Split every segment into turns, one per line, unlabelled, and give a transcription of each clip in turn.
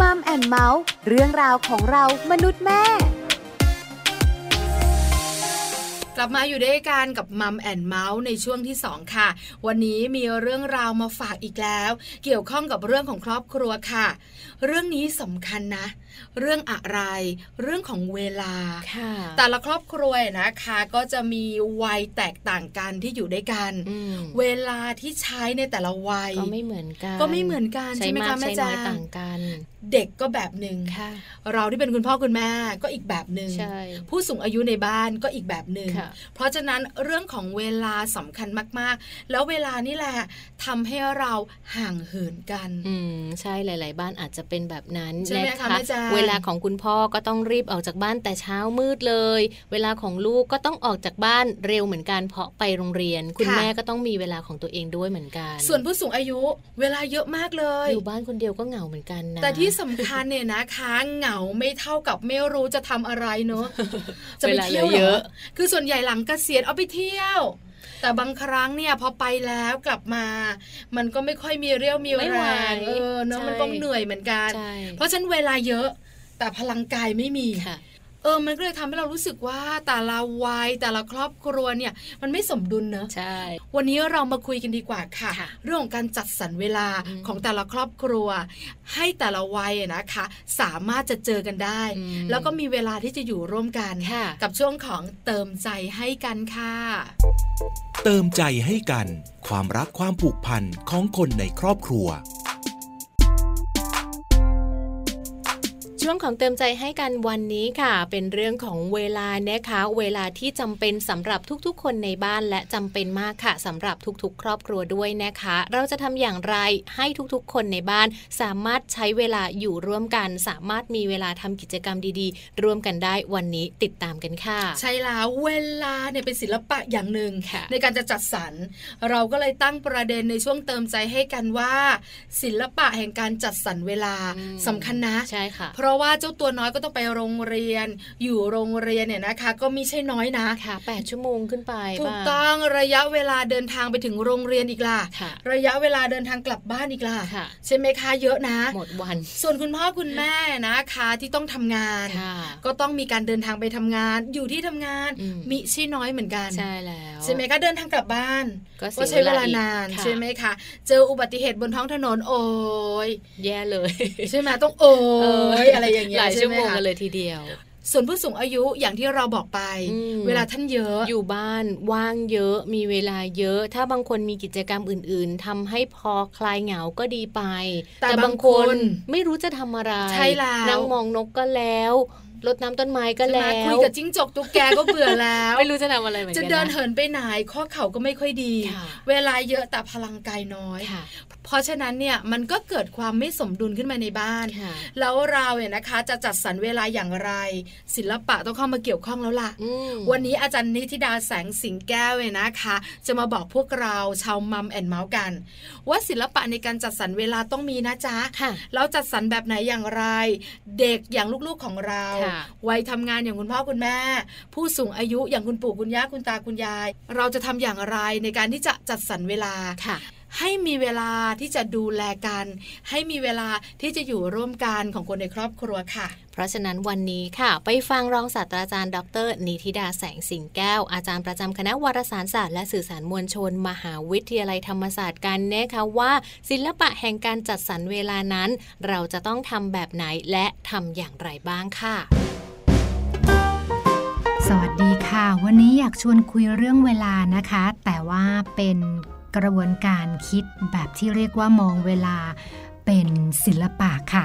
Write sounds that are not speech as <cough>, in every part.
มัมแอนเมาส์เรื่องราวของเรามนุษย์แม่
กลับมาอยู่ด้วยกันกับมัมแอนเมาส์ในช่วงที่ 2 ค่ะ วันนี้มีเรื่องราวมาฝากอีกแล้ว เกี่ยวข้องกับเรื่องของครอบครัวค่ะ เรื่องนี้สำคัญนะ เรื่องอะไร เรื่องของเวลา
ค่ะ
แต่ละครอบครัวนะคะก็จะมีวัยแตกต่างกันที่อยู่ด้วยกัน
อืม
เวลาที่ใช้ในแต่ละวัย
ก็ไม่เหมือนกัน
ก็ไม่เหมือนกันใช่ไหม
มา
คะ
ก
แม่
ใช้
จ๋า
น้อยต่างกัน
เด็กก็แบบหนึ่ง
ค่ะ
เราที่เป็นคุณพ่อคุณแม่ก็อีกแบบหนึ่ง
ใช่
ผู้สูงอายุในบ้านก็อีกแบบหนึ่ง
ค่ะ
เพราะฉะนั้นเรื่องของเวลาสำคัญมากๆ แล้วเวลานี่แหละทำให้เราห่างเหินกัน
อืมใช่หลาย ๆ บ้านอาจจะเป็นแบบนั้น
ใช่ไหม
นะคะ
แม่จ๋า
เวลาของคุณพ่อก็ต้องรีบออกจากบ้านแต่เช้ามืดเลย เวลาของลูกก็ต้องออกจากบ้านเร็วเหมือนกันเพราะไปโรงเรียน คุณแม่ก็ต้องมีเวลาของตัวเองด้วยเหมือนกัน
ส่วนผู้สูงอายุเวลาเยอะมากเลย
อยู่บ้านคนเดียวก็เหงาเหมือนกันนะ
แต่ที่สำคัญเนี่ยนะคะเหงาไม่เท่ากับไม่รู้จะทำอะไรเน
<laughs>
อะจะไปเที่ยว
เวลาเยอะ
หรคือส่วนใหญ่หลังเกษียณเอาไปเที่ยว แต่บางครั้งเนี่ยพอไปแล้วกลับมา มันก็ไม่ค่อยมีเรี่ยวมี
ไม่
แร
ไหว
งเออเนอะมันก็เหนื่อยเหมือนกัน
ใช่
เพราะฉะนันเวลาเยอะ แต่พลังกายไม่มี
ค่ะ
เออ มันก็เลยทำให้เรารู้สึกว่าแต่ละวัยแต่ละครอบครัวเนี่ย มันไม่สมดุลเนอะ
ใช่
วันนี้เรามาคุยกันดีกว่าค่ะ
ค่ะ
เรื่องของการจัดสรรเวลา
อืม
ของแต่ละครอบครัว ให้แต่ละวัยอะนะคะ สามารถจะเจอกันได้
อืม
แล้วก็มีเวลาที่จะอยู่ร่วมกัน
ค่ะ
กับช่วงของเติมใจให้กันค่ะ
เติมใจให้กัน ความรักความผูกพันของคนในครอบครัว
ช่วงของเติมใจให้กันวันนี้ค่ะ เป็นเรื่องของเวลานะคะ เวลาที่จำเป็นสำหรับทุกๆ คนในบ้านและจำเป็นมากค่ะสำหรับทุกๆ ครอบครัวด้วยนะคะ เราจะทำอย่างไรให้ทุกๆ คนในบ้าน สามารถใช้เวลาอยู่ร่วมกัน สามารถมีเวลาทำกิจกรรมดีๆ ร่วมกันได้วันนี้ติดตามกันค่ะ
ใช่แล้วเวลาเนี่ยเป็นศิลปะอย่างหนึ่ง
ค่ะ
ในการจะจัดสรร เราก็เลยตั้งประเด็นในช่วงเติมใจให้กันว่า ศิลปะแห่งการจัดสรรเวลาสำคัญนะ
ใช่ค่ะ
เพราะว่าเจ้าตัวน้อยก็ต้องไปโรงเรียน อยู่โรงเรียนเนี่ยนะคะ ก็ไม่ใช่น้อยนะ
ค่ะ 8 ชั่วโมงขึ้นไป
ถูก
บ้า
ต้องระยะเวลาเดินทางไปถึงโรงเรียนอีกล่ะ
ค่ะ
ระยะเวลาเดินทางกลับบ้านอีกล่ะ
ค่ะ
ใช่ไหมคะเยอะนะ
หมดวัน
ส่วนคุณพ่อคุณแม่นะคะที่ต้องทำงาน
ค่ะ
ก็ต้องมีการเดินทางไปทำงาน อยู่ที่ทำงาน
อืม
มิใช่น้อยเหมือนกัน
ใช่แล้ว
ใช่ไหมคะเดินทางกลับบ้าน
ก็สี
ก็
ย
ใช้เวลา
อีก
นาน
ค่ะ
ใช่ไหมคะเจออุบัติเหตุบนท้องถนนโอ้ย
แย่เลย
ใช่ไหมต้องโอ้
เ
ยอะไรอย่างเงี้ย
หลายชั่ว
ใไห
โมงกัน
คะ
เลยทีเดียว
ส่วนผู้สูงอายุอย่างที่เราบอกไป
อืม
เวลาท่านเยอะ
อยู่บ้านว่างเยอะมีเวลาเยอะ ถ้าบางคนมีกิจกรรมอื่น ๆทำให้พอคลายเหงาก็ดีไป
แต่บางคน
ไม่รู้จะทำอะไร
ใช่แล้ว
นั่งมองนกก็แล้วรดน้ำต้นไม้ก็
ใช่ไหม
แล้ว
คุยกับจิ้งจกตุ๊กแกก็เบื่อแล้ว
ไม่รู้จะทำอะไรเหมือนกั
จะ
น
เดินเหินไปไหนข้อเข่าก็ไม่ค่อยดี
ค่ะ
เวลาเยอะแต่พลังกายน้อย
ค่ะ
เพราะฉะนั้นเนี่ยมันก็เกิดความไม่สมดุลขึ้นมาในบ้าน
ค่ะ
แล้วเราเนี่ยนะคะจะจัดสรรเวลาอย่างไร ศิลปะต้องเข้ามาเกี่ยวข้องแล้วล่ะ
อืม
วันนี้อาจารย์นิธิดาแสงสิงแก้วเนี่ยนะคะ จะมาบอกพวกเราชาวมัมแอนเมาส์กัน ว่าศิลปะในการจัดสรรเวลาต้องมีนะจ๊ะ
ค่ะ
เราจัดสรรแบบไหนอย่างไร เด็กอย่างลูกๆของเรา
ค่ะ
วัยทำงานอย่างคุณพ่อคุณแม่ ผู้สูงอายุอย่างคุณปู่คุณย่าคุณตาคุณยาย เราจะทำอย่างไรในการที่จะจัดสรรเวลา
ค่ะ
ให้มีเวลาที่จะดูแลกัน ให้มีเวลาที่จะอยู่ร่วมกันของคนในครอบครัวค่ะ
เพราะฉะนั้นวันนี้ค่ะ ไปฟังรองศาสตราจารย์ดรนิติดาแสงสิงแก้ว อาจารย์ประจำคณะวารสารศาสตร์และสื่อสารมวลชน มหาวิทยาลัยธรรมศาสตร์กันนะคะว่า ศิลปะแห่งการจัดสรรเวลานั้น เราจะต้องทำแบบไหนและทำอย่างไรบ้างค่ะ
สวัสดีค่ะ วันนี้อยากชวนคุยเรื่องเวลานะคะ แต่ว่าเป็นกระบวนการคิดแบบที่เรียกว่ามองเวลาเป็นศิลปะค่ะ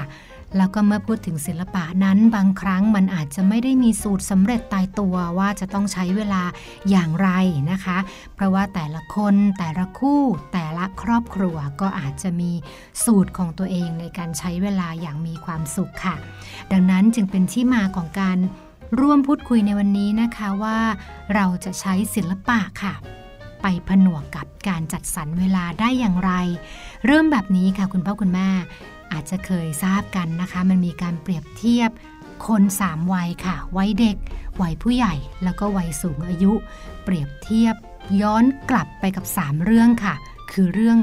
แล้วก็เมื่อพูดถึงศิลปะนั้นบางครั้งมันอาจจะไม่ได้มีสูตรสำเร็จตายตัวว่าจะต้องใช้เวลาอย่างไรนะคะ เพราะว่าแต่ละคนแต่ละคู่แต่ละครอบครัวก็อาจจะมีสูตรของตัวเองในการใช้เวลาอย่างมีความสุขค่ะ ดังนั้นจึงเป็นที่มาของการร่วมพูดคุยในวันนี้นะคะว่า เราจะใช้ศิลปะค่ะ ไปผนวกกับการจัดสรรเวลาได้อย่างไร เริ่มแบบนี้ค่ะคุณพ่อคุณแม่ อาจจะเคยทราบกันนะคะ มันมีการเปรียบเทียบคนสามวัยค่ะวัยเด็กวัยผู้ใหญ่ แล้วก็วัยสูงอายุ เปรียบเทียบย้อนกลับไปกับ 3 เรื่องค่ะ คือเรื่อง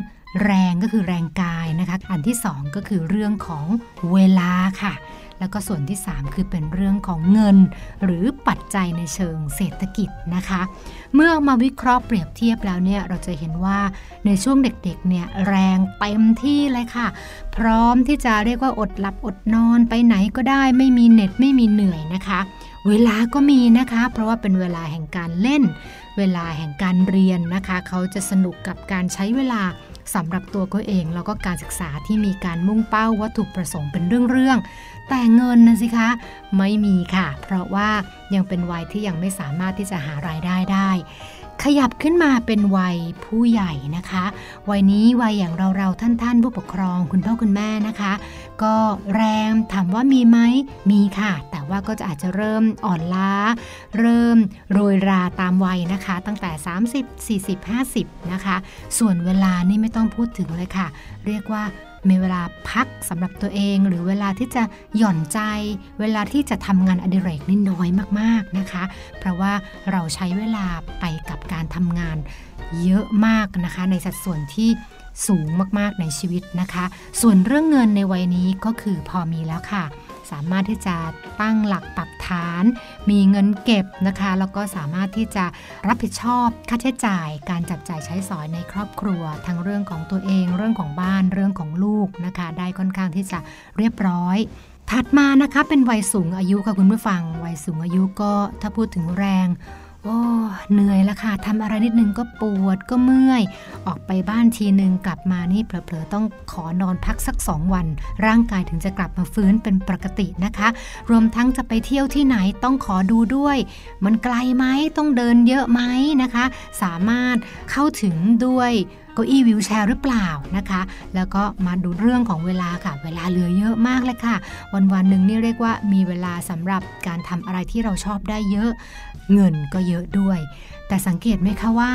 แรงก็คือแรงกายนะคะ อันที่สองก็คือเรื่องของเวลาค่ะ แล้วก็ส่วนที่ 3 คือเป็นเรื่องของเงิน หรือปัจจัยในเชิงเศรษฐกิจนะคะ เมื่อเอามาวิเคราะห์เปรียบเทียบแล้วเนี่ยเราจะเห็นว่าในช่วงเด็กๆเนี่ยแรงเต็มที่เลยค่ะ พร้อมที่จะเรียกว่าอดหลับอดนอนไปไหนก็ได้ไม่มีเหน็ดไม่มีเหนื่อยนะคะ เวลาก็มีนะคะ เพราะว่าเป็นเวลาแห่งการเล่น เวลาแห่งการเรียนนะคะ เขาจะสนุกกับการใช้เวลาสำหรับตัวเขาเอง แล้วก็การศึกษาที่มีการมุ่งเป้าวัตถุประสงค์เป็นเรื่องๆ แต่เงินนะสิคะ ไม่มีค่ะ เพราะว่ายังเป็นวัยที่ยังไม่สามารถที่จะหารายได้ได้ ขยับขึ้นมาเป็นวัยผู้ใหญ่นะคะ วัยนี้วัยอย่างเราเราๆท่านท่านๆผู้ปกครองคุณพ่อคุณแม่นะคะ ก็แรงถามว่ามีไหมมีค่ะ แต่ว่าก็จะอาจจะเริ่มอ่อนล้า เริ่มโรยราตามวัยนะคะ ตั้งแต่ 30 40 50 นะคะ ส่วนเวลานี่ไม่ต้องพูดถึงเลยค่ะ เรียกว่ามีเวลาพักสำหรับตัวเอง หรือเวลาที่จะหย่อนใจ เวลาที่จะทำงานอดิเรกนี่น้อยมากๆนะคะ เพราะว่าเราใช้เวลาไปกับการทำงานเยอะมากนะคะ ในสัดส่วนที่สูงมากๆในชีวิตนะคะ ส่วนเรื่องเงินในวัยนี้ก็คือพอมีแล้วค่ะ สามารถที่จะตั้งหลักปักฐาน มีเงินเก็บนะคะ แล้วก็สามารถที่จะรับผิดชอบค่าใช้จ่าย การจับจ่ายใช้สอยในครอบครัว ทั้งเรื่องของตัวเอง เรื่องของบ้านเรื่องของลูกนะคะ ได้ค่อนข้างที่จะเรียบร้อย ถัดมานะคะเป็นวัยสูงอายุค่ะคุณผู้ฟัง วัยสูงอายุก็ถ้าพูดถึงแรง โอ้เหนื่อยละค่ะทำอะไรนิดนึงก็ปวดก็เมื่อย ออกไปบ้านทีหนึ่งกลับมานี่เผลอๆต้องขอนอนพักสัก 2 วัน ร่างกายถึงจะกลับมาฟื้นเป็นปกตินะคะ รวมทั้งจะไปเที่ยวที่ไหนต้องขอดูด้วย มันไกลไหมต้องเดินเยอะไหมนะคะ สามารถเข้าถึงด้วยเก้าอี้วิวแชร์หรือเปล่านะคะ แล้วก็มาดูเรื่องของเวลาค่ะ เวลาเหลือเยอะมากเลยค่ะ วันวันๆหนึ่งนี่เรียกว่ามีเวลาสำหรับการทำอะไรที่เราชอบได้เยอะ เงินก็เยอะด้วย แต่สังเกตไหมคะว่า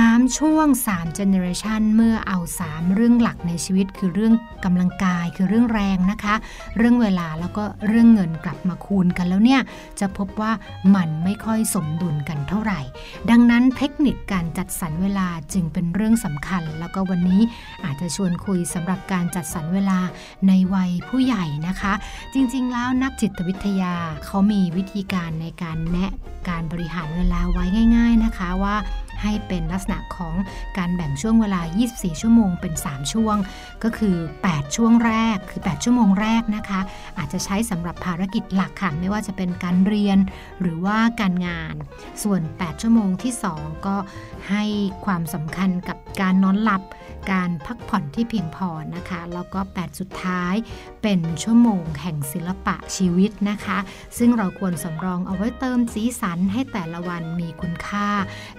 3 ช่วง 3 generation เมื่อเอา 3 เรื่องหลักในชีวิต คือเรื่องกำลังกายคือเรื่องแรงนะคะ เรื่องเวลาแล้วก็เรื่องเงินกลับมาคูณกันแล้วเนี่ย จะพบว่ามันไม่ค่อยสมดุลกันเท่าไหร่ ดังนั้นเทคนิคการจัดสรรเวลาจึงเป็นเรื่องสำคัญ แล้วก็วันนี้อาจจะชวนคุยสำหรับการจัดสรรเวลาในวัยผู้ใหญ่นะคะ จริงๆ แล้วนักจิตวิทยาเขามีวิธีการในการแนะการบริหารเวลาไว้ง่าย ๆนะคะว่า ให้เป็นลักษณะของการแบ่งช่วงเวลา 24 ชั่วโมงเป็น 3 ช่วง ก็คือ 8 ช่วงแรก คือ 8 ชั่วโมงแรกนะคะ อาจจะใช้สำหรับภารกิจหลักค่ะไม่ว่าจะเป็นการเรียนหรือว่าการงาน ส่วน 8 ชั่วโมงที่ 2 ก็ให้ความสำคัญกับการนอนหลับ การพักผ่อนที่เพียงพอนะคะ แล้วก็ 8 สุดท้าย เป็นชั่วโมงแห่งศิลปะชีวิตนะคะ ซึ่งเราควรสำรองเอาไว้เติมสีสันให้แต่ละวันมีคุณค่า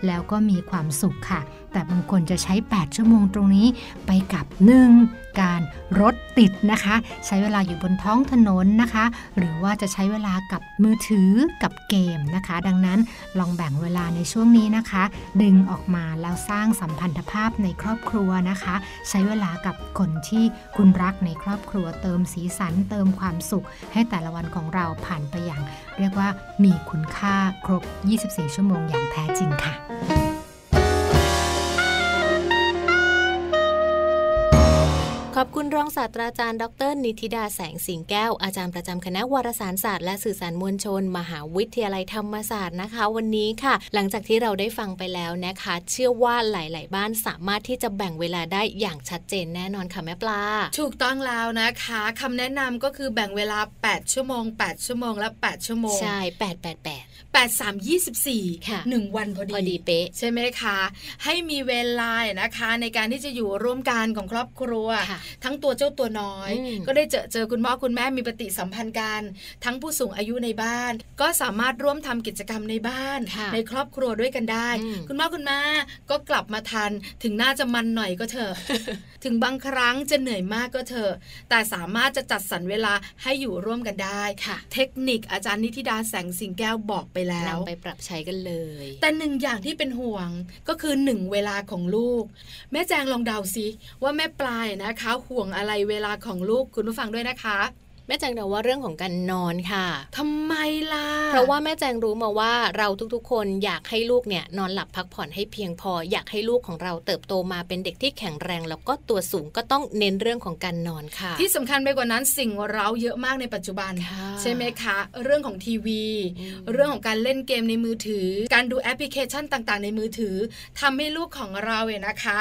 แล้วก็มีความสุขค่ะ แต่บางคนจะใช้ 8 ชั่วโมงตรงนี้ไปกับ 1. การรถติดนะคะ ใช้เวลาอยู่บนท้องถนนนะคะ หรือว่าจะใช้เวลากับมือถือกับเกมนะคะ ดังนั้นลองแบ่งเวลาในช่วงนี้นะคะ ดึงออกมาแล้วสร้างสัมพันธภาพในครอบครัวนะคะ ใช้เวลากับคนที่คุณรักในครอบครัวเติมสีสันเติมความสุข ให้แต่ละวันของเราผ่านไปอย่าง เรียกว่ามีคุณค่าครบ 24 ชั่วโมงอย่างแท้จริงค่ะ
ขอบคุณรองศาสตราจารย์ดร นิติดาแสงสิงแก้ว อาจารย์ประจำคณะวารสารศาสตร์และสื่อสารมวลชน มหาวิทยาลัยธรรมศาสตร์นะคะ วันนี้ค่ะ หลังจากที่เราได้ฟังไปแล้วนะคะ เชื่อว่าหลาย ๆ บ้านสามารถที่จะแบ่งเวลาได้อย่างชัดเจนแน่นอนค่ะแม่ปลา
ถูกต้องแล้วนะคะคำแนะนำก็คือแบ่งเวลา 8 ชั่วโมง 8 ชั่วโมงและ 8 ชั่วโมง
ใช่แปดแปดแปด
8 3 24
ค่ะ
หนึ่งวันพอดี
พอดีเป๊ะ
ใช่ไหมคะ ให้มีเวลานะคะ ในการที่จะอยู่ร่วมกันของครอบครัว
ค่ะ
ทั้งตัวเจ้าตัวน้อย
อืม
ก็ได้เจอเจอคุณพ่อคุณแม่มีปฏิสัมพันธ์กันทั้งผู้สูงอายุในบ้าน ก็สามารถร่วมทำกิจกรรมในบ้าน
ค่ะ
ในครอบครัวด้วยกันได้
อืม
คุณพ่อคุณแม่ก็กลับมาทัน ถึงน่าจะมันหน่อยก็เถอะ
<laughs>
ถึงบางครั้งจะเหนื่อยมากก็เถอะ แต่สามารถจะจัดสรรเวลาให้อยู่ร่วมกันได้
ค่ะ
เทคนิคอาจารย์นิติดาแสงสิงแก้วบอกไปแล้ว
นำไปปรับใช้กันเลย
แต่หนึ่งอย่างที่เป็นห่วงก็คือหนึ่งเวลาของลูก แม่แจงลองเดาซิว่าแม่ปลายนะคะ ห่วงอะไรเวลาของลูกคุณผู้ฟังด้วยนะคะ แ
ม่แจงเดาว่าเรื่องของการนอนค่ะ
ทำไมล่ะ
เพราะว่าแม่แจงรู้มาว่าเราทุกๆ คนอยากให้ลูกเนี่ยนอนหลับพักผ่อนให้เพียงพอ อยากให้ลูกของเราเติบโตมาเป็นเด็กที่แข็งแรง แล้วก็ตัวสูงก็ต้องเน้นเรื่องของการนอนค่ะ
ที่สำคัญไปกว่านั้นสิ่งเร้าเยอะมากในปัจจุบัน
ค่ะ
ใช่ไหมคะ เรื่องของทีวี
อืม
เรื่องของการเล่นเกมในมือถือ การดูแอปพลิเคชันต่างๆ ในมือถือทำให้ลูกของเราเนี่ยนะคะ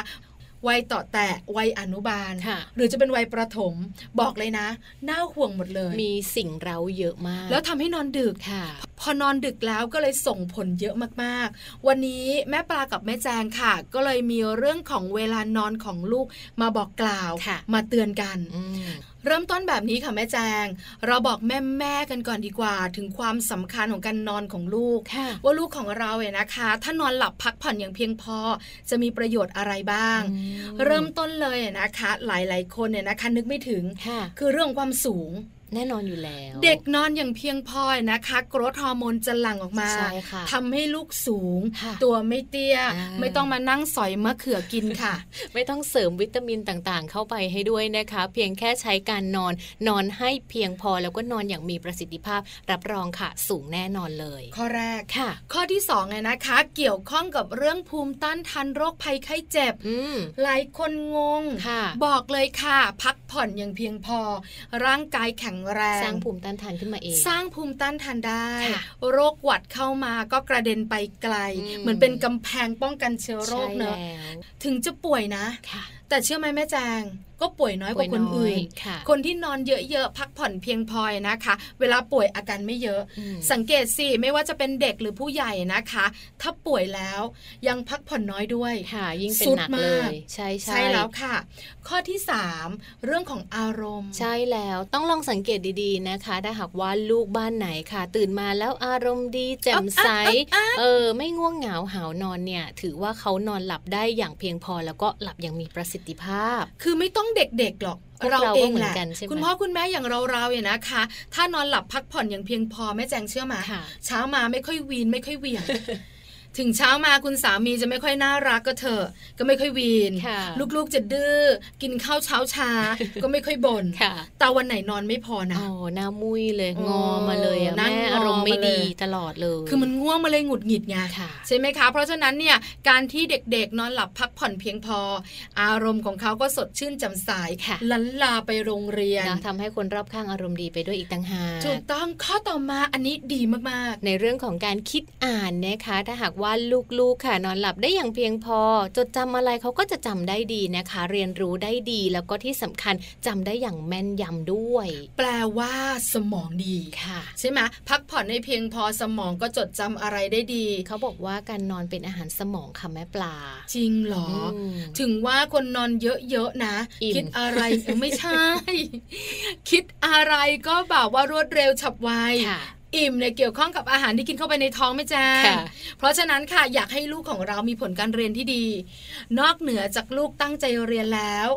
วัยต่อแตะวัยอนุบาล
ค่ะ
หรือจะเป็นวัยประถม บอกเลยนะน่าห่วงหมดเลย
มีสิ่งเราเยอะมาก
แล้วทำให้นอนดึก
ค่ะ
พอนอนดึกแล้วก็เลยส่งผลเยอะมากๆ วันนี้แม่ปลากับแม่แจงค่ะ ก็เลยมีเรื่องของเวลานอนของลูกมาบอกกล่าว
ค่ะ
มาเตือนกัน
อืม
เริ่มต้นแบบนี้ค่ะแม่แจง เราบอกแม่แม่ๆกันก่อนดีกว่า ถึงความสำคัญของการนอนของลูก
ค่ะ
ว่าลูกของเราเนี่ยนะคะ ถ้านอนหลับพักผ่อนอย่างเพียงพอ จะมีประโยชน์อะไรบ้าง
อืม
เริ่มต้นเลยนะคะ หลายๆ คนเนี่ยนะคะ นึกไม่ถึง
ค่ะ
คือเรื่องความสูง
แน่นอนอยู่แล้ว
เด็กนอนอย่างเพียงพอนะคะกรทฮอร์โมนจะหลั่งออกมา
ใช่ค่ะ
ทำให้ลูกสูง
ค่ะ
ตัวไม่เตี้ย
อ่า
ไม่ต้องมานั่งสอยมะเขือกินค่ะ
ไม่ต้องเสริมวิตามินต่างๆ เข้าไปให้ด้วยนะคะ เพียงแค่ใช้การนอนนอนให้เพียงพอแล้วก็นอนอย่างมีประสิทธิภาพ รับรองค่ะ สูงแน่นอนเลย
ข้อแรก
ค่ะ
ข้อที่2เนี่ยนะคะ เกี่ยวข้องกับเรื่องภูมิต้านทานโรคภัยไข้เจ็บ
อืม
หลายคนงง
ค่ะ
บอกเลยค่ะ พักผ่อนอย่างเพียงพอ ร่างกายแข็งแรง
สร้างภูมิต้านทานขึ้นมาเอง
สร้างภูมิต้านทานได้
ค่ะ
โรคหวัดเข้ามาก็กระเด็นไปไกล
อืม
เหมือนเป็นกำแพงป้องกันเชื้อโรคเนอะ
ใช่แล้ว
ถึงจะป่วยนะ
ค่ะ
แต่เชื่อไหมแม่แจง ก็ป่วยน้อยกว่าคนอื่น
ป่วยยค่ะ
คนที่นอนเยอะๆ พักผ่อนเพียงพอนะคะ เวลาป่วยอาการไม่เยอะ
อืม
สังเกตสิไม่ว่าจะเป็นเด็กหรือผู้ใหญ่นะคะ ถ้าป่วยแล้วยังพักผ่อนน้อยด้วย
ค่ะ ยิ่งเป็น
สุด
หนัก
มาก
เลย ใช่ใช่
ใช่แล้วค่ะ ข้อที่สามเรื่องของอารมณ์
ใช่แล้วต้องลองสังเกตดีๆนะคะ ถ้าหากว่าลูกบ้านไหนค่ะ ตื่นมาแล้วอารมณ์ดีแจ่มใสเออ ไม่ง่วงเหงาหาวนอนเนี่ย ถือว่าเขานอนหลับได้อย่างเพียงพอแล้วก็หลับอย่างมีประสิทธิภาพ
คือไม่ต้องเด็กๆหรอก
พวก
เรา
เรา
เอ
ก็
ง
เหมื
แห
อน
ละ
กันใช่ไหม
คุณพ่อคุณแม่อย่างเราๆเนี่ยนะคะ ถ้านอนหลับพักผ่อนอย่างเพียงพอแม่แจงเชื่อไหมา
ค่ะ
เช้ามาไม่ค่อยวีนไม่ค่อยเห
<laughs>
วี่ยง ถึงเช้ามาคุณสามีจะไม่ค่อยน่ารักก็เถอะก็ไม่ค่อยวีน
ค่ะ
ลูกๆจะดื้อกินข้าวเช้า
<laughs>
ชา ก็ไม่ค่อยบ่น
ค่ะ
แต่วันไหนนอนไม่พอนะ
โอ้หน้ามุ้ยเลย งอ
เออ
มาเลยอะ
นั่ง
แม่
งอ
อารมณ์ไม่
มาเลย
ดีตลอดเลย
คือมันง่วงมาเลยหงุดหงิดไง
ค่ะ
ใช่ไหมคะ เพราะฉะนั้นเนี่ยการที่เด็กๆ นอนหลับพักผ่อนเพียงพอ อารมณ์ของเขาก็สดชื่นแจ่มใส
ค่ะ
ลันลาไปโรงเรียน
นะทำให้คนรอบข้างอารมณ์ดีไปด้วยอีกต่างหาก
ถูกต้องข้อต่อมาอันนี้ดีมาก
ในเรื่องของการคิดอ่านนะคะ ถ้าหากว่าลูกๆค่ะนอนหลับได้อย่างเพียงพอ จดจำอะไรเขาก็จะจำได้ดีนะคะ เรียนรู้ได้ดีแล้วก็ที่สำคัญจำได้อย่างแม่นยำด้วย
ๆ แปลว่าสมองดี
ค่ะ
ใช่ไหมพักผ่อนให้เพียงพอสมองก็จดจำอะไรได้ดี
เขาบอกว่าการนอนเป็นอาหารสมองค่ะแม่ปลา
จริงเหรอ
ม
ถึงว่าคนนอนเยอะๆนะ
อิ่ม
คิด
<laughs>
อะไรเออไม่ใช่ คิดอะไรก็แบบว่ารวดเร็วฉับไว
ค่ะ
อิ่มเนี่ยเกี่ยวข้องกับอาหารที่กินเข้าไปในท้องไหม่แจ้ง
ค่ะ
เพราะฉะนั้นค่ะอยากให้ลูกของเรามีผลการเรียนที่ดี นอกเหนือจากลูกตั้งใจเรียนแล้ว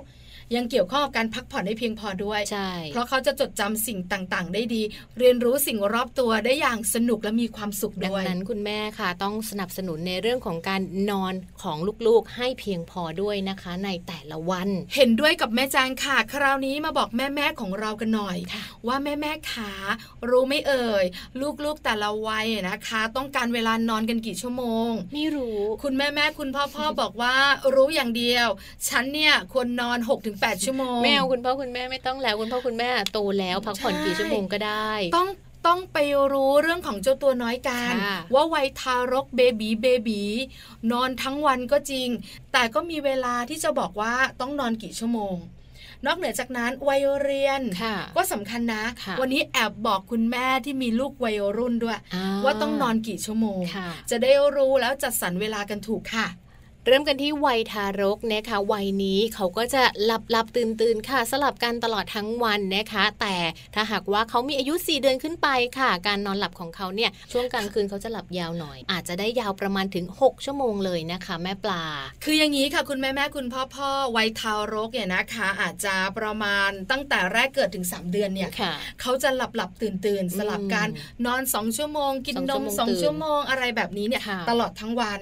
ยังเกี่ยวข้องกับการพักผ่อนให้เพียงพอด้วย
ใช่
เพราะเขาจะจดจำสิ่งต่างๆ ได้ดี เรียนรู้สิ่งรอบตัวได้อย่างสนุกและมีความสุข
ดัง
ด้วย
นั้นคุณแม่ค่ะ ต้องสนับสนุนในเรื่องของการนอนของลูกๆ ให้เพียงพอด้วยนะคะ ในแต่ละวัน
เห็นด้วยกับแม่แจงค่ะ คราวนี้มาบอกแม่ ๆ ของเรากันหน่อย
ค่ะ
ว่าแม่แม่ๆขารู้ไหม่เอ่ย ลูกๆแต่ละวัยนะคะ ต้องการเวลานอนกันกี่ชั่วโมง
ไม่รู้
คุณแม่แม่ๆคุณพ่อพ่อ บอกว่ารู้อย่างเดียว ฉันเนี่ยควรนอน 6-8 ชั่วโมง
แมวคุณพ่อคุณแม่ไม่ต้องแล้วคุณพ่อคุณแม่โตแล้วพักผ่อน
ใช่
กี่ชั่วโมงก็ได้
ต้องต้องไปรู้เรื่องของเจ้าตัวน้อยกัน
ค่ะ
ว่าวัยทารกเบบีเบบีนอนทั้งวันก็จริง แต่ก็มีเวลาที่จะบอกว่าต้องนอนกี่ชั่วโมง นอกเหนือจากนั้นวัยเรียน
ค่ะ
ก็สำคัญนะ
ค่ะ
วันนี้แอบบอกคุณแม่ที่มีลูกวัยรุ่นด้วย ว่าต้องนอนกี่ชั่วโมง
ค่ะ
จะได้รู้แล้วจัดสรรเวลากันถูกค่ะ
เริ่มกันที่วัยทารกนะคะวัยนี้เขาก็จะหลับหลับตื่นตื่นๆค่ะ สลับกันตลอดทั้งวันนะคะ แต่ถ้าหากว่าเขามีอายุ 4 เดือนขึ้นไปค่ะ การนอนหลับของเขาเนี่ยช่วงกลางคืนเขาจะหลับยาวหน่อย อาจจะได้ยาวประมาณถึง 6 ชั่วโมงเลยนะคะ แม่ปลา
คืออย่างนี้ค่ะคุณแม่แม่คุณพ่อพ่อวัยทารกเนี่ยนะคะ อาจจะประมาณตั้งแต่แรกเกิดถึง 3 เดือนเนี่ย
ค่ะ
เขาจะหลับหลับตื่นตื่นๆ สลับกัน
อืม
นอน 2 ชั่วโมง กินนม
สอ
2
งชั่
ชั่ว
ว
โม
โม
ง
ง
อะไรแบบนี้เนี่ย
ค่ะ
ตลอดทั้งวัน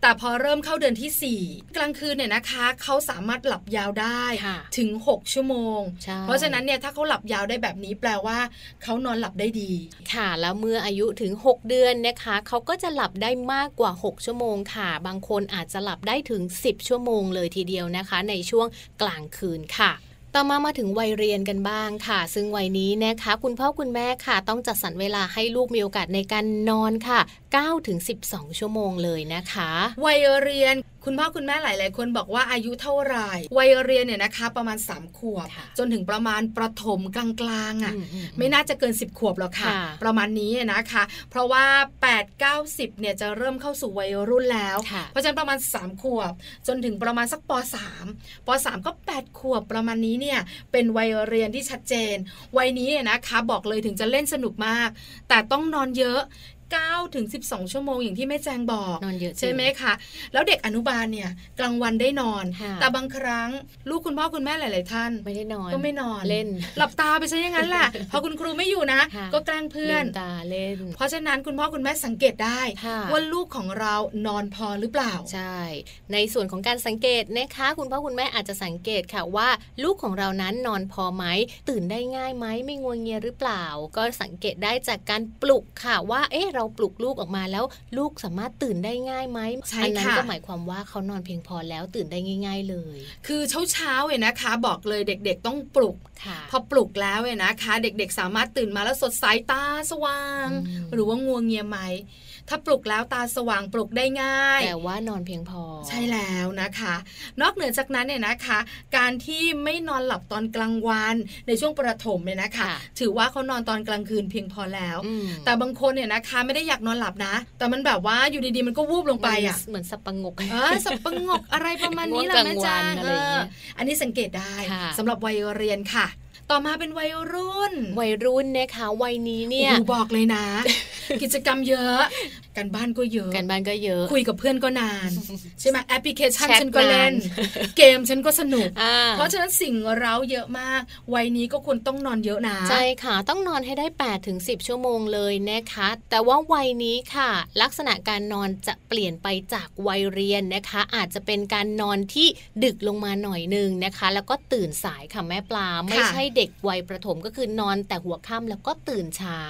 แต่พอเริ่มเข้าเดือนที่ ที่ 4 กลางคืนเนี่ยนะคะ เขาสามารถหลับยาวได้
ค่ะ
ถึง 6 ชั่วโมง
ใช่
เพราะฉะนั้นเนี่ยถ้าเขาหลับยาวได้แบบนี้แปลว่า เขานอนหลับได้ดี
ค่ะ แล้วเมื่ออายุถึง 6 เดือนนะคะ เขาก็จะหลับได้มากกว่า 6 ชั่วโมงค่ะ บางคนอาจจะหลับได้ถึง 10 ชั่วโมงเลยทีเดียวนะคะ ในช่วงกลางคืนค่ะ ต่อมามาถึงวัยเรียนกันบ้างค่ะ ซึ่งวัยนี้นะคะ คุณพ่อคุณแม่ค่ะ ต้องจัดสรรเวลาให้ลูกมีโอกาสในการนอนค่ะ9-12 ชั่วโมงเลยนะคะ
วัยเรียน คุณพ่อคุณแม่หลาย ๆ คนบอกว่าอายุเท่าไหร่วัยเรียนเนี่ยนะคะ ประมาณ 3 ขวบ
ค่ะ
จนถึงประมาณประถมกลางๆอ่ะ
อือื
ไม่น่าจะเกิน 10 ขวบหรอกค่ะ
ค่ะ
ประมาณนี้นะคะ เพราะว่า 8 9 10เนี่ยจะเริ่มเข้าสู่วัยรุ่นแล้ว
ค่ะ
เพราะฉะนั้นประมาณ 3 ขวบ จนถึงประมาณสักป .3 ป .3 ก็ 8 ขวบประมาณนี้เนี่ยเป็นวัยเรียนที่ชัดเจน วัยนี้เนี่ยนะคะบอกเลยถึงจะเล่นสนุกมาก แต่ต้องนอนเยอะ9ถึง12 ชั่วโมงอย่างที่แม่แจงบอก
นอนเยอะจริง
ใช่ไหมคะ แล้วเด็กอนุบาลเนี่ยกลางวันได้นอน
ค่ะ
แต่บางครั้งลูกคุณพ่อคุณแม่หลาย ๆ ท่าน
ไม่ได้นอน
ก็ไม่นอน
เล่น
หลับตาไปซะอย่างนั้นแห
<laughs>
ละพอคุณครูไม่อยู่นะ
ค่ะ
ก็แกล้งเพื่อน
ลืมตาเล่น
เพราะฉะนั้นคุณพ่อคุณแม่สังเกตได้
ค่ะ
ว่าลูกของเรานอนพอหรือเปล่า
ใช่ ในส่วนของการสังเกตนะคะ คุณพ่อคุณแม่อาจจะสังเกตค่ะว่า ลูกของเรานั้นนอนพอไหม ตื่นได้ง่ายไหมไม่งัวงเงียหรือเปล่า ก็สังเกตได้จากการปลุกค่ะว่า เอ๊ะเราปลุกลูกออกมาแล้ว ลูกสามารถตื่นได้ง่ายไหม
ใช่
อันั้น
ค่ะ
ก็หมายความว่าเขานอนเพียงพอแล้วตื่นได้ง่าย ๆเลย
คือเช้าเช้าๆเนี่ยนะคะ บอกเลยเด็กๆต้องปลุก
ค่ะ
พอปลุกแล้วเนี่ยนะคะ เด็กๆ สามารถตื่นมาแล้วสดใสตาสว่าง
อืม
หรือว่างัวงเงียไหม ถ้าปลุกแล้วตาสว่างปลุกได้ง่าย
แต่ว่านอนเพียงพอ
ใช่แล้วนะคะ นอกเหนือจากนั้นเนี่ยนะคะ การที่ไม่นอนหลับตอนกลางวันในช่วงประถมเนี่ยนะคะ
ค่ะ
ถือว่าเขานอนตอนกลางคืนเพียงพอแล้ว
อืม
แต่บางคนเนี่ยนะคะไม่ได้อยากนอนหลับนะ แต่มันแบบว่าอยู่ดีๆมันก็วูบลงไปอ่ะ
เหมือนสับปะงก
เออสับประงกอะไรประมาณนี้แหละ
ง่วงกลาง
แม่จ้างเอ
วันอะไรอย่างเงี้
อย อันนี้สังเกตได้
ค่ะ
สำหรับวัยเรียนค่ะ ต่อมาเป็นวัยรุ่น
วัยรุ่นนะคะวัยนี้เนี่ย
โอ้โหบอกเลย
<laughs>
นะ กิจกรรมเยอะการบ้านก็เยอะ
กันบ้านก็เยอะ
คุยกับเพื่อนก็
<laughs>
นาน ใช่ไหมแอปพลิเคชัน
แชท
ฉันก็เล่น
น <laughs>
เกมฉันก็สนุก
อ่
เพราะฉะนั้นสิ่งเร้าเยอะมาก วัยนี้ก็ควรต้องนอนเยอะนะ
ใช่ค่ะต้องนอนให้ได้8ถึง10 ชั่วโมงเลยนะคะ แต่ว่าวัยนี้ค่ะ ลักษณะการนอนจะเปลี่ยนไปจากวัยเรียนนะคะ อาจจะเป็นการนอนที่ดึกลงมาหน่อยหนึงนะคะ แล้วก็ตื่นสายค่ะแม่ปลา ไม่ใช่เด็กวัยประถมก็คือนอนแต่หัวค่ำแล้วก็ตื่นเช้า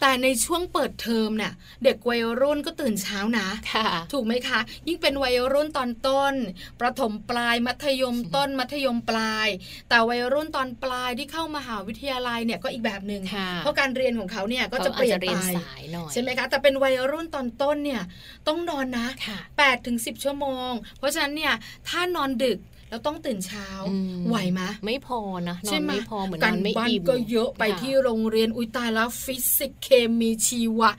แต่ในช่วงเปิดเทอมเนี่ยเด็กวัยรุ่นก็ตื่นเช้านะ
ค่ะ
ถูกไหมคะ ยิ่งเป็นวัยรุ่นตอนต้น ประถมปลาย มัธยมต้น มัธยมปลาย แต่วัยรุ่นตอนปลายที่เข้ามาหาวิทยาลัยเนี่ยก็อีกแบบหนึ่ง
ค่ะ
เพราะการเรียนของเขาเนี่ยก็จะเป
อา
ลี่ยน
เรียน
ไป
สายหน่อย
ใช่ไหมคะ แต่เป็นวัยรุ่นตอนต้นเนี่ยต้องนอนนะ
ค่ะ
8ถึง10 ชั่วโมง เพราะฉะนั้นเนี่ยถ้านอนดึกแล้วต้องตื่นเช้า
อืม
ไหวไหม
ไม่พอนะนอ
ใช่
น
ไหม
ไม่พอเหมือนน
การ
อนไม่
บ้าน
อิ่ม
ก็เยอะไป
ค่
ที่โรงเรียนอุยตายแล้วฟิสิกส์เคมีชีวะ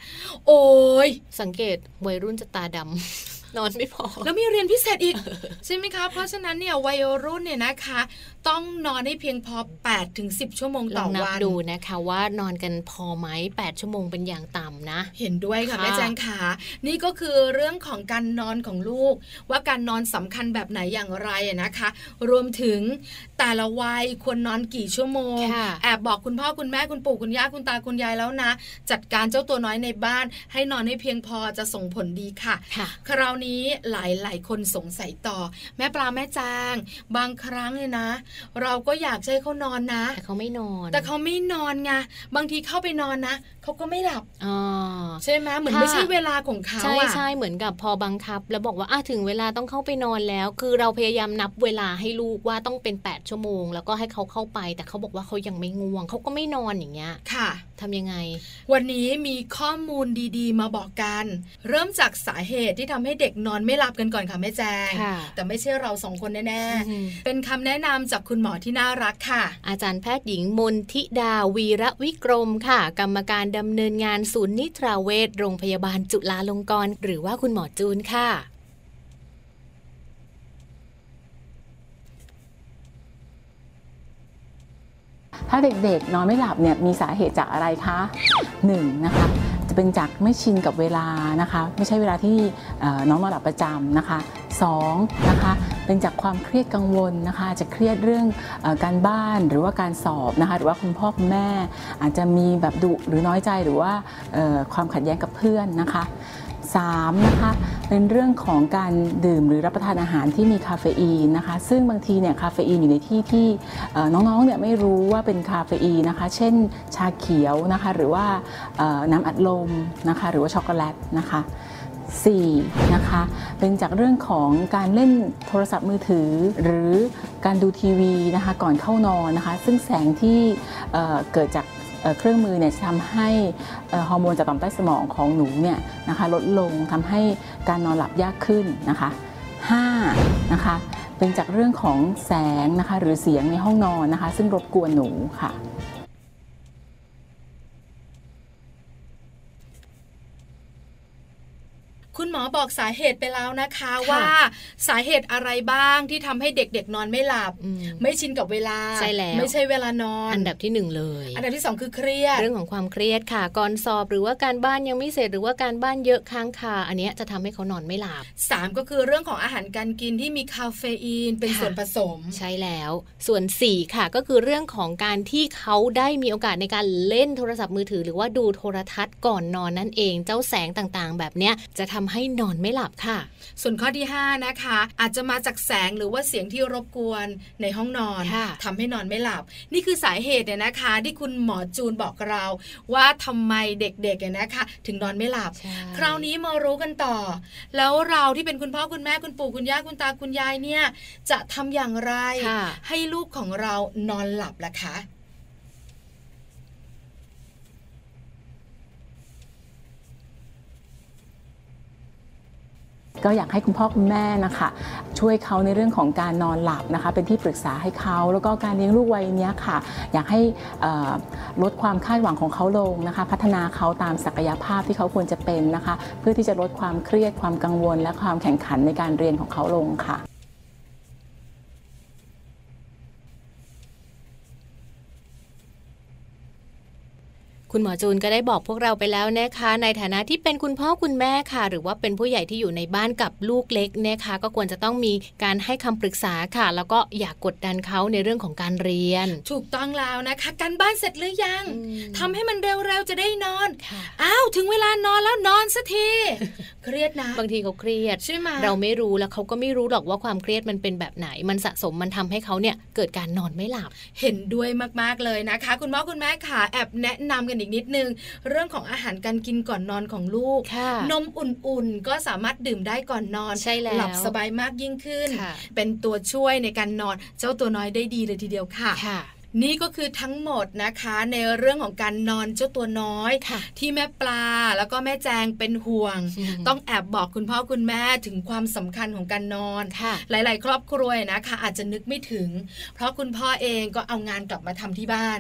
โอ้ย
สังเกตวัยรุ่นจะตาดำ <laughs> นอนไม่พอ
<laughs> แล้วมีเรียนพิเศษอีก ใช่ไหมคะ เพราะฉะนั้นเนี่ยวัยรุ่นเนี่ยนะคะ ต้องนอนให้เพียงพอ8ถึง10 ชั่วโมง
ล
ต่
อ
อง
นับ
วัน
ดูนะคะว่านอนกันพอไหม 8 ชั่วโมงเป็นอย่างต่ำนะ
เห็นด้วยค่ะ
ค่ะ
แม่แจงขานี่ก็คือเรื่องของการนอนของลูก ว่าการนอนสำคัญแบบไหนอย่างไรอะนะคะ รวมถึงแต่ละวัยควรนอนกี่ชั่วโมง
ค่ะ
แอบบอกคุณพ่อคุณแม่คุณปู่คุณย่าคุณตาคุณยายแล้วนะ จัดการเจ้าตัวน้อยในบ้าน ให้นอนให้เพียงพอจะส่งผลดีค่ะ
ค่ะ
คราวนี้หลายหลายๆคนสงสัยต่อ แม่ปลาแม่จาง บางครั้งเนี่ยนะ เราก็อยากจะให้เขานอนนะ
แต่เขาไม่นอน
แต่เขาไม่นอนไงบางทีเข้าไปนอนนะเขาก็ไม่หลับ
อ่า
ใช่ไหมเหมือน
ค่ะ
ไม่ใช่เวลาของเขา
ใช่
อะ
ใช่เหมือนกับพอบังคับ แล้วบอกว่าอ่ะถึงเวลาต้องเข้าไปนอนแล้ว คือเราพยายามนับเวลาให้ลูกว่าต้องเป็น 8 ชั่วโมง แล้วก็ให้เขาเข้าไป แต่เขาบอกว่าเขายังไม่ง่วงเขาก็ไม่นอนอย่างเงี้ย
ค่ะ
ทำยังไง
วันนี้มีข้อมูลดีๆ มาบอกกัน เริ่มจากสาเหตุที่ทำให้เด็กนอนไม่หลับกันก่อนค่ะแม่แจง
ค่ะ
แต่ไม่ใช่เราสองคนแน่ๆ
อืม
เป็นคำแนะนำจากคุณหมอที่น่ารักค่ะ
อาจารย์แพทย์หญิงมนทิดาวีระวิกรมค่ะ กรรมการดำเนินงานศูนย์นิทราเวชโรงพยาบาลจุฬาลงกรณ์หรือว่าคุณหมอจูนค่ะ
ถ้าเด็กๆ นอนไม่หลับเนี่ยมีสาเหตุจากอะไรคะ1นงนะคะจะเป็นจากไม่ชินกับเวลานะคะ ไม่ใช่เวลาที่เอ่อน้องนอนหลับประจำนะคะ2นะคะเป็นจากความเครียดกังวลนะคะอาจจะเครียดเรื่องเออการบ้านหรือว่าการสอบนะคะหรือว่าคุณพ่อคุณแม่ อาจจะมีแบบดุหรือน้อยใจหรือว่าเอ่อความขัดแย้งกับเพื่อนนะคะ 3นะคะเป็นเรื่องของการดื่มหรือรับประทานอาหารที่มีคาเฟอีนนะคะ ซึ่งบางทีเนี่ยคาเฟอีนอยู่ในที่ที่เอ่อน้องๆเนี่ยไม่รู้ว่าเป็นคาเฟอีนนะคะ เช่นชาเขียวนะคะ หรือว่าเอ่อน้ำอัดลมนะคะ หรือว่าช็อกโกแลตนะคะ 4นะคะเป็นจากเรื่องของการเล่นโทรศัพท์มือถือ หรือการดูทีวีนะคะก่อนเข้านอนนะคะ ซึ่งแสงที่เอ่อเกิดจากเอ่อเครื่องมือเนี่ยจะทำให้เอ่อฮอร์โมนจากต่อมใต้สมองของหนูเนี่ยนะคะลดลงทำให้การนอนหลับยากขึ้นนะคะ5นะคะเป็นจากเรื่องของแสงนะคะหรือเสียงในห้องนอนนะคะ ซึ่งรบกวนหนูค่ะ
คุณหมอบอกสาเหตุไปแล้วนะคะว่าสาเหตุอะไรบ้างที่ทำให้เด็กๆ นอนไม่หลับ
อืม
ไม่ชินกับเวลา
ใช่แล้ว
ไม่ใช่เวลานอน
อันดับที่หนึ่งเลย
อันดับที่สองคือเครียด
เรื่องของความเครียดค่ะ ก่อนสอบหรือว่าการบ้านยังไม่เสร็จหรือว่าการบ้านเยอะค้างคาอันเนี้ยจะทำให้เขานอนไม่หลับ
สามก็คือเรื่องของอาหารการกินที่มีคาเฟอีนเป็น
ค่ะ
ส่วนผสม
ใช่แล้วส่วน 4 ค่ะ ก็คือเรื่องของการที่เขาได้มีโอกาสในการเล่นโทรศัพท์มือถือ หรือว่าดูโทรทัศน์ก่อนนอนนั่นเองเจ้าแสงต่างๆ แบบเนี้ยจะทำให้นอนไม่หลับค่ะ
ส่วนข้อที่ 5 นะคะ อาจจะมาจากแสงหรือว่าเสียงที่รบกวนในห้องนอน
ค่ะ
ทำให้นอนไม่หลับ นี่คือสาเหตุเนี่ยนะคะ ที่คุณหมอจูนบอกเรา ว่าทำไมเด็กๆเนี่ยนะคะ ถึงนอนไม่หลับ คราวนี้มารู้กันต่อ แล้วเราที่เป็นคุณพ่อคุณแม่คุณปู่คุณย่าคุณตาคุณยายเนี่ย จะทำอย่างไร
ค่ะ
ให้ลูกของเรานอนหลับล่ะคะ
ก็อยากให้คุณพ่อคุณแม่นะคะ ช่วยเขาในเรื่องของการนอนหลับนะคะ เป็นที่ปรึกษาให้เขาแล้วก็การเลี้ยงลูกวัยเนี้ยค่ะ อยากให้เอ่อลดความคาดหวังของเขาลงนะคะ พัฒนาเขาตามศักยภาพที่เขาควรจะเป็นนะคะ เพื่อที่จะลดความเครียดความกังวล และความแข่งขันในการเรียนของเขาลงค่ะ
คุณหมอจูนก็ได้บอกพวกเราไปแล้วนะคะ ในฐานะที่เป็นคุณพ่อคุณแม่ค่ะ หรือว่าเป็นผู้ใหญ่ที่อยู่ในบ้านกับลูกเล็กนะคะ ก็ควรจะต้องมีการให้คำปรึกษาค่ะ แล้วก็อย่ากกดดันเขาในเรื่องของการเรียน
ถูกต้องแล้วนะคะการบ้านเสร็จหรือยัง ทำ
ทำให้
ให้มันเร็วๆจะได้นอน
ค่ะ
อ้าว ถึงเวลานอนแล้วนอนสักที
<laughs>
เครียดนะ
บางทีเขาเครียด
ใช่ไหม
เราไม่รู้แล้วเขาก็ไม่รู้หรอกว่าความเครียดมันเป็นแบบไหน มันสะสมมันทำให้เขาเนี่ยเกิดการนอนไม่หลับ
เห็นด้วยมากๆเลยนะคะ คุณพ่อคุณแม่ค่ะแอบแนะนำกันอีกนิดนึง เรื่องของอาหารการกินก่อนนอนของลูก
ค่ะ
นมอุ่นๆ ก็สามารถดื่มได้ก่อนนอน
ใช่แล้ว
หลับสบายมากยิ่งขึ้น
ค่ะ
เป็นตัวช่วยในการนอนเจ้าตัวน้อยได้ดีเลยทีเดียวค่ะ
ค่ะ
นี่ก็คือทั้งหมดนะคะในเรื่องของการนอนเจ้าตัวน้อย
ค่ะ
ที่แม่ปลาแล้วก็แม่แจงเป็นห่วง ต้องแอบบอกคุณพ่อคุณแม่ถึงความสำคัญของการนอน
ค่ะ
หลาย ๆ ครอบครัวนะคะ อาจจะนึกไม่ถึง เพราะคุณพ่อเองก็เอางานกลับมาทำที่บ้าน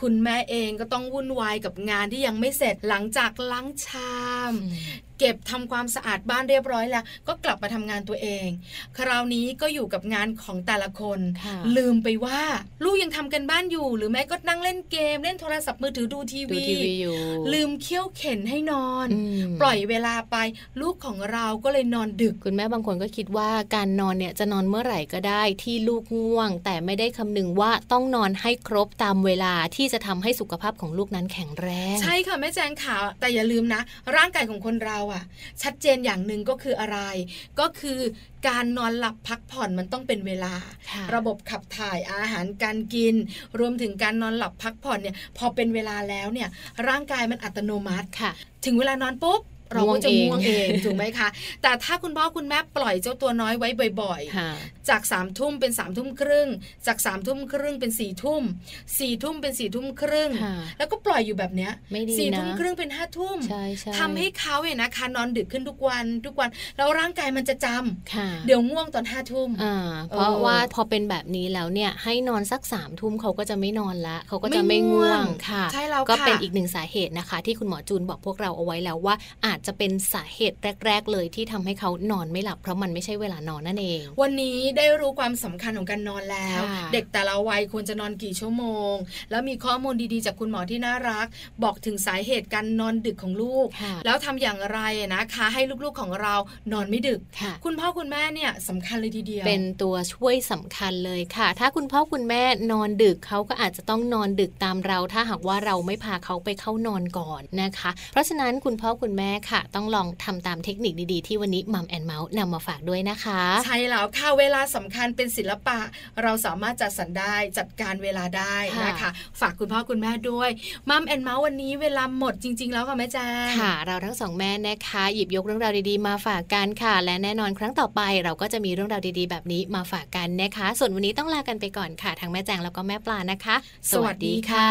คุณแม่เองก็ต้องวุ่นวายกับงานที่ยังไม่เสร็จหลังจากล้างชาม เก็บทำความสะอาดบ้านเรียบร้อยแล้ว ก็กลับมาทำงานตัวเอง คราวนี้ก็อยู่กับงานของแต่ละคน
ค่ะ
ลืมไปว่า ลูกยังทำกันบ้านอยู่ หรือแม่ก็นั่งเล่นเกม เล่นโทรศัพท์มือถือดูที
ดู
วี
ทีวีอยู่
ลืมเคี่ยวเข็นให้นอน
ม
ปล่อยเวลาไป ลูกของเราก็เลยนอนดึก
คุณแม่บางคนก็คิดว่าการนอนเนี่ยจะนอนเมื่อไหร่ก็ได้ที่ลูกง่วง แต่ไม่ได้คำนึงว่าต้องนอนให้ครบตามเวลาที่จะทำให้สุขภาพของลูกนั้นแข็งแรง
ใช่ค่ะแม่แจงขาวแต่อย่าลืมนะ ร่างกายของคนเราอะชัดเจนอย่างหนึ่งก็คืออะไร ก็คือการนอนหลับพักผ่อนมันต้องเป็นเวลา
ค่ะ
ระบบขับถ่ายอาหารการกิน รวมถึงการนอนหลับพักผ่อนเนี่ยพอเป็นเวลาแล้วเนี่ยร่างกายมันอัตโนมัติ
ค่ะ
ถึงเวลานอนปุ๊บ เราก็จะ
ง่
ง่ว
ว
ง
ง
เอ
เอง <laughs> ง
ถูกไหมคะ แต่ถ้าคุณพ่อคุณแม่ปล่อยเจ้าตัวน้อยไว้บ่อย ๆ
ค่ะ
จาก3ามทุ่มเป็น3ามทุ่มครึ่ง จาก3ามทุ่มครึ่งเป็น4ี่ทุ่มสี่ทุ่มเป็น4ี่ทุ่มครึ่ง
ค่ะ
แล้วก็ปล่อยอยู่แบบเนี้ย
ไม่ดี
สี่
นะ
ทุ่มครึ่งเป็นห้าทุ่ม
ใช่ใช่
ทำให้เขาเนี่ยนะคะนอนดึกขึ้นทุกวันทุกวัน แล้วร่างกายมันจะจำ
ค่ะ
เดี๋ยวง่วงตอนห้าทุ่ม
อ่าเพราะว่าพอเป็นแบบนี้แล้วเนี่ยให้นอนสักสามทุ่มเขาก็จะไม่นอนละเขาก็จะ
ไม่
ไม่
ง่ว
ง่ว
ง
งค่ะ
ใช่แล้ว
ก็
ค่ะ
เป็นอีกหนึ่งสาเหตุนะคะ ที่คุณหมอจูนบอกพวกเราเอาไว้แล้วว่า อาจจะเป็นสาเหตุแรก ๆ เลยที่ทำให้เขานอนไม่หลับ เพราะมันไม่ใช่เวลานอนนั่นเอง
วันนี้ได้รู้ความสำคัญของการนอนแล้ว
ค่ะ
เด็กแต่ละวัยควรจะนอนกี่ชั่วโมง แล้วมีข้อมูลดีๆ จากคุณหมอที่น่ารัก บอกถึงสาเหตุการนอนดึกของลูก
ค่ะ
แล้วทำอย่างไรนะคะ ให้ลูกๆของเรานอนไม่ดึก
ค่ะ
คุณพ่อคุณแม่เนี่ยสำคัญเลยทีเดียว
เป็นตัวช่วยสำคัญเลยค่ะ ถ้าคุณพ่อคุณแม่นอนดึกเขาก็อาจจะต้องนอนดึกตามเรา ถ้าหากว่าเราไม่พาเขาไปเข้านอนก่อนนะคะ เพราะฉะนั้นคุณพ่อคุณแม่ ค่ะ ต้องลองทำตามเทคนิคดีๆ ที่วันนี้มัมแอนเมาส์นำมาฝากด้วยนะคะ
ใช่แล้วค่ะเวลาสำคัญเป็นศิลปะ เราสามารถจัดสรรได้จัดการเวลาได้นะคะ
ค่ะ
ฝากคุณพ่อคุณแม่ด้วยมัมแอนเมาส์วันนี้เวลาหมดจริง ๆ แล้วค่ะแม่แจ้ง
ค่ะ เราทั้งสองแม่นะคะ หยิบยกเรื่องราวดีๆ มาฝากกันค่ะ และแน่นอนครั้งต่อไป เราก็จะมีเรื่องราวดีๆ แบบนี้มาฝากกันนะคะ ส่วนวันนี้ต้องลากันไปก่อนค่ะทั้งแม่แจงแล้วก็แม่ปลานะคะ
สวัสดีค่ะ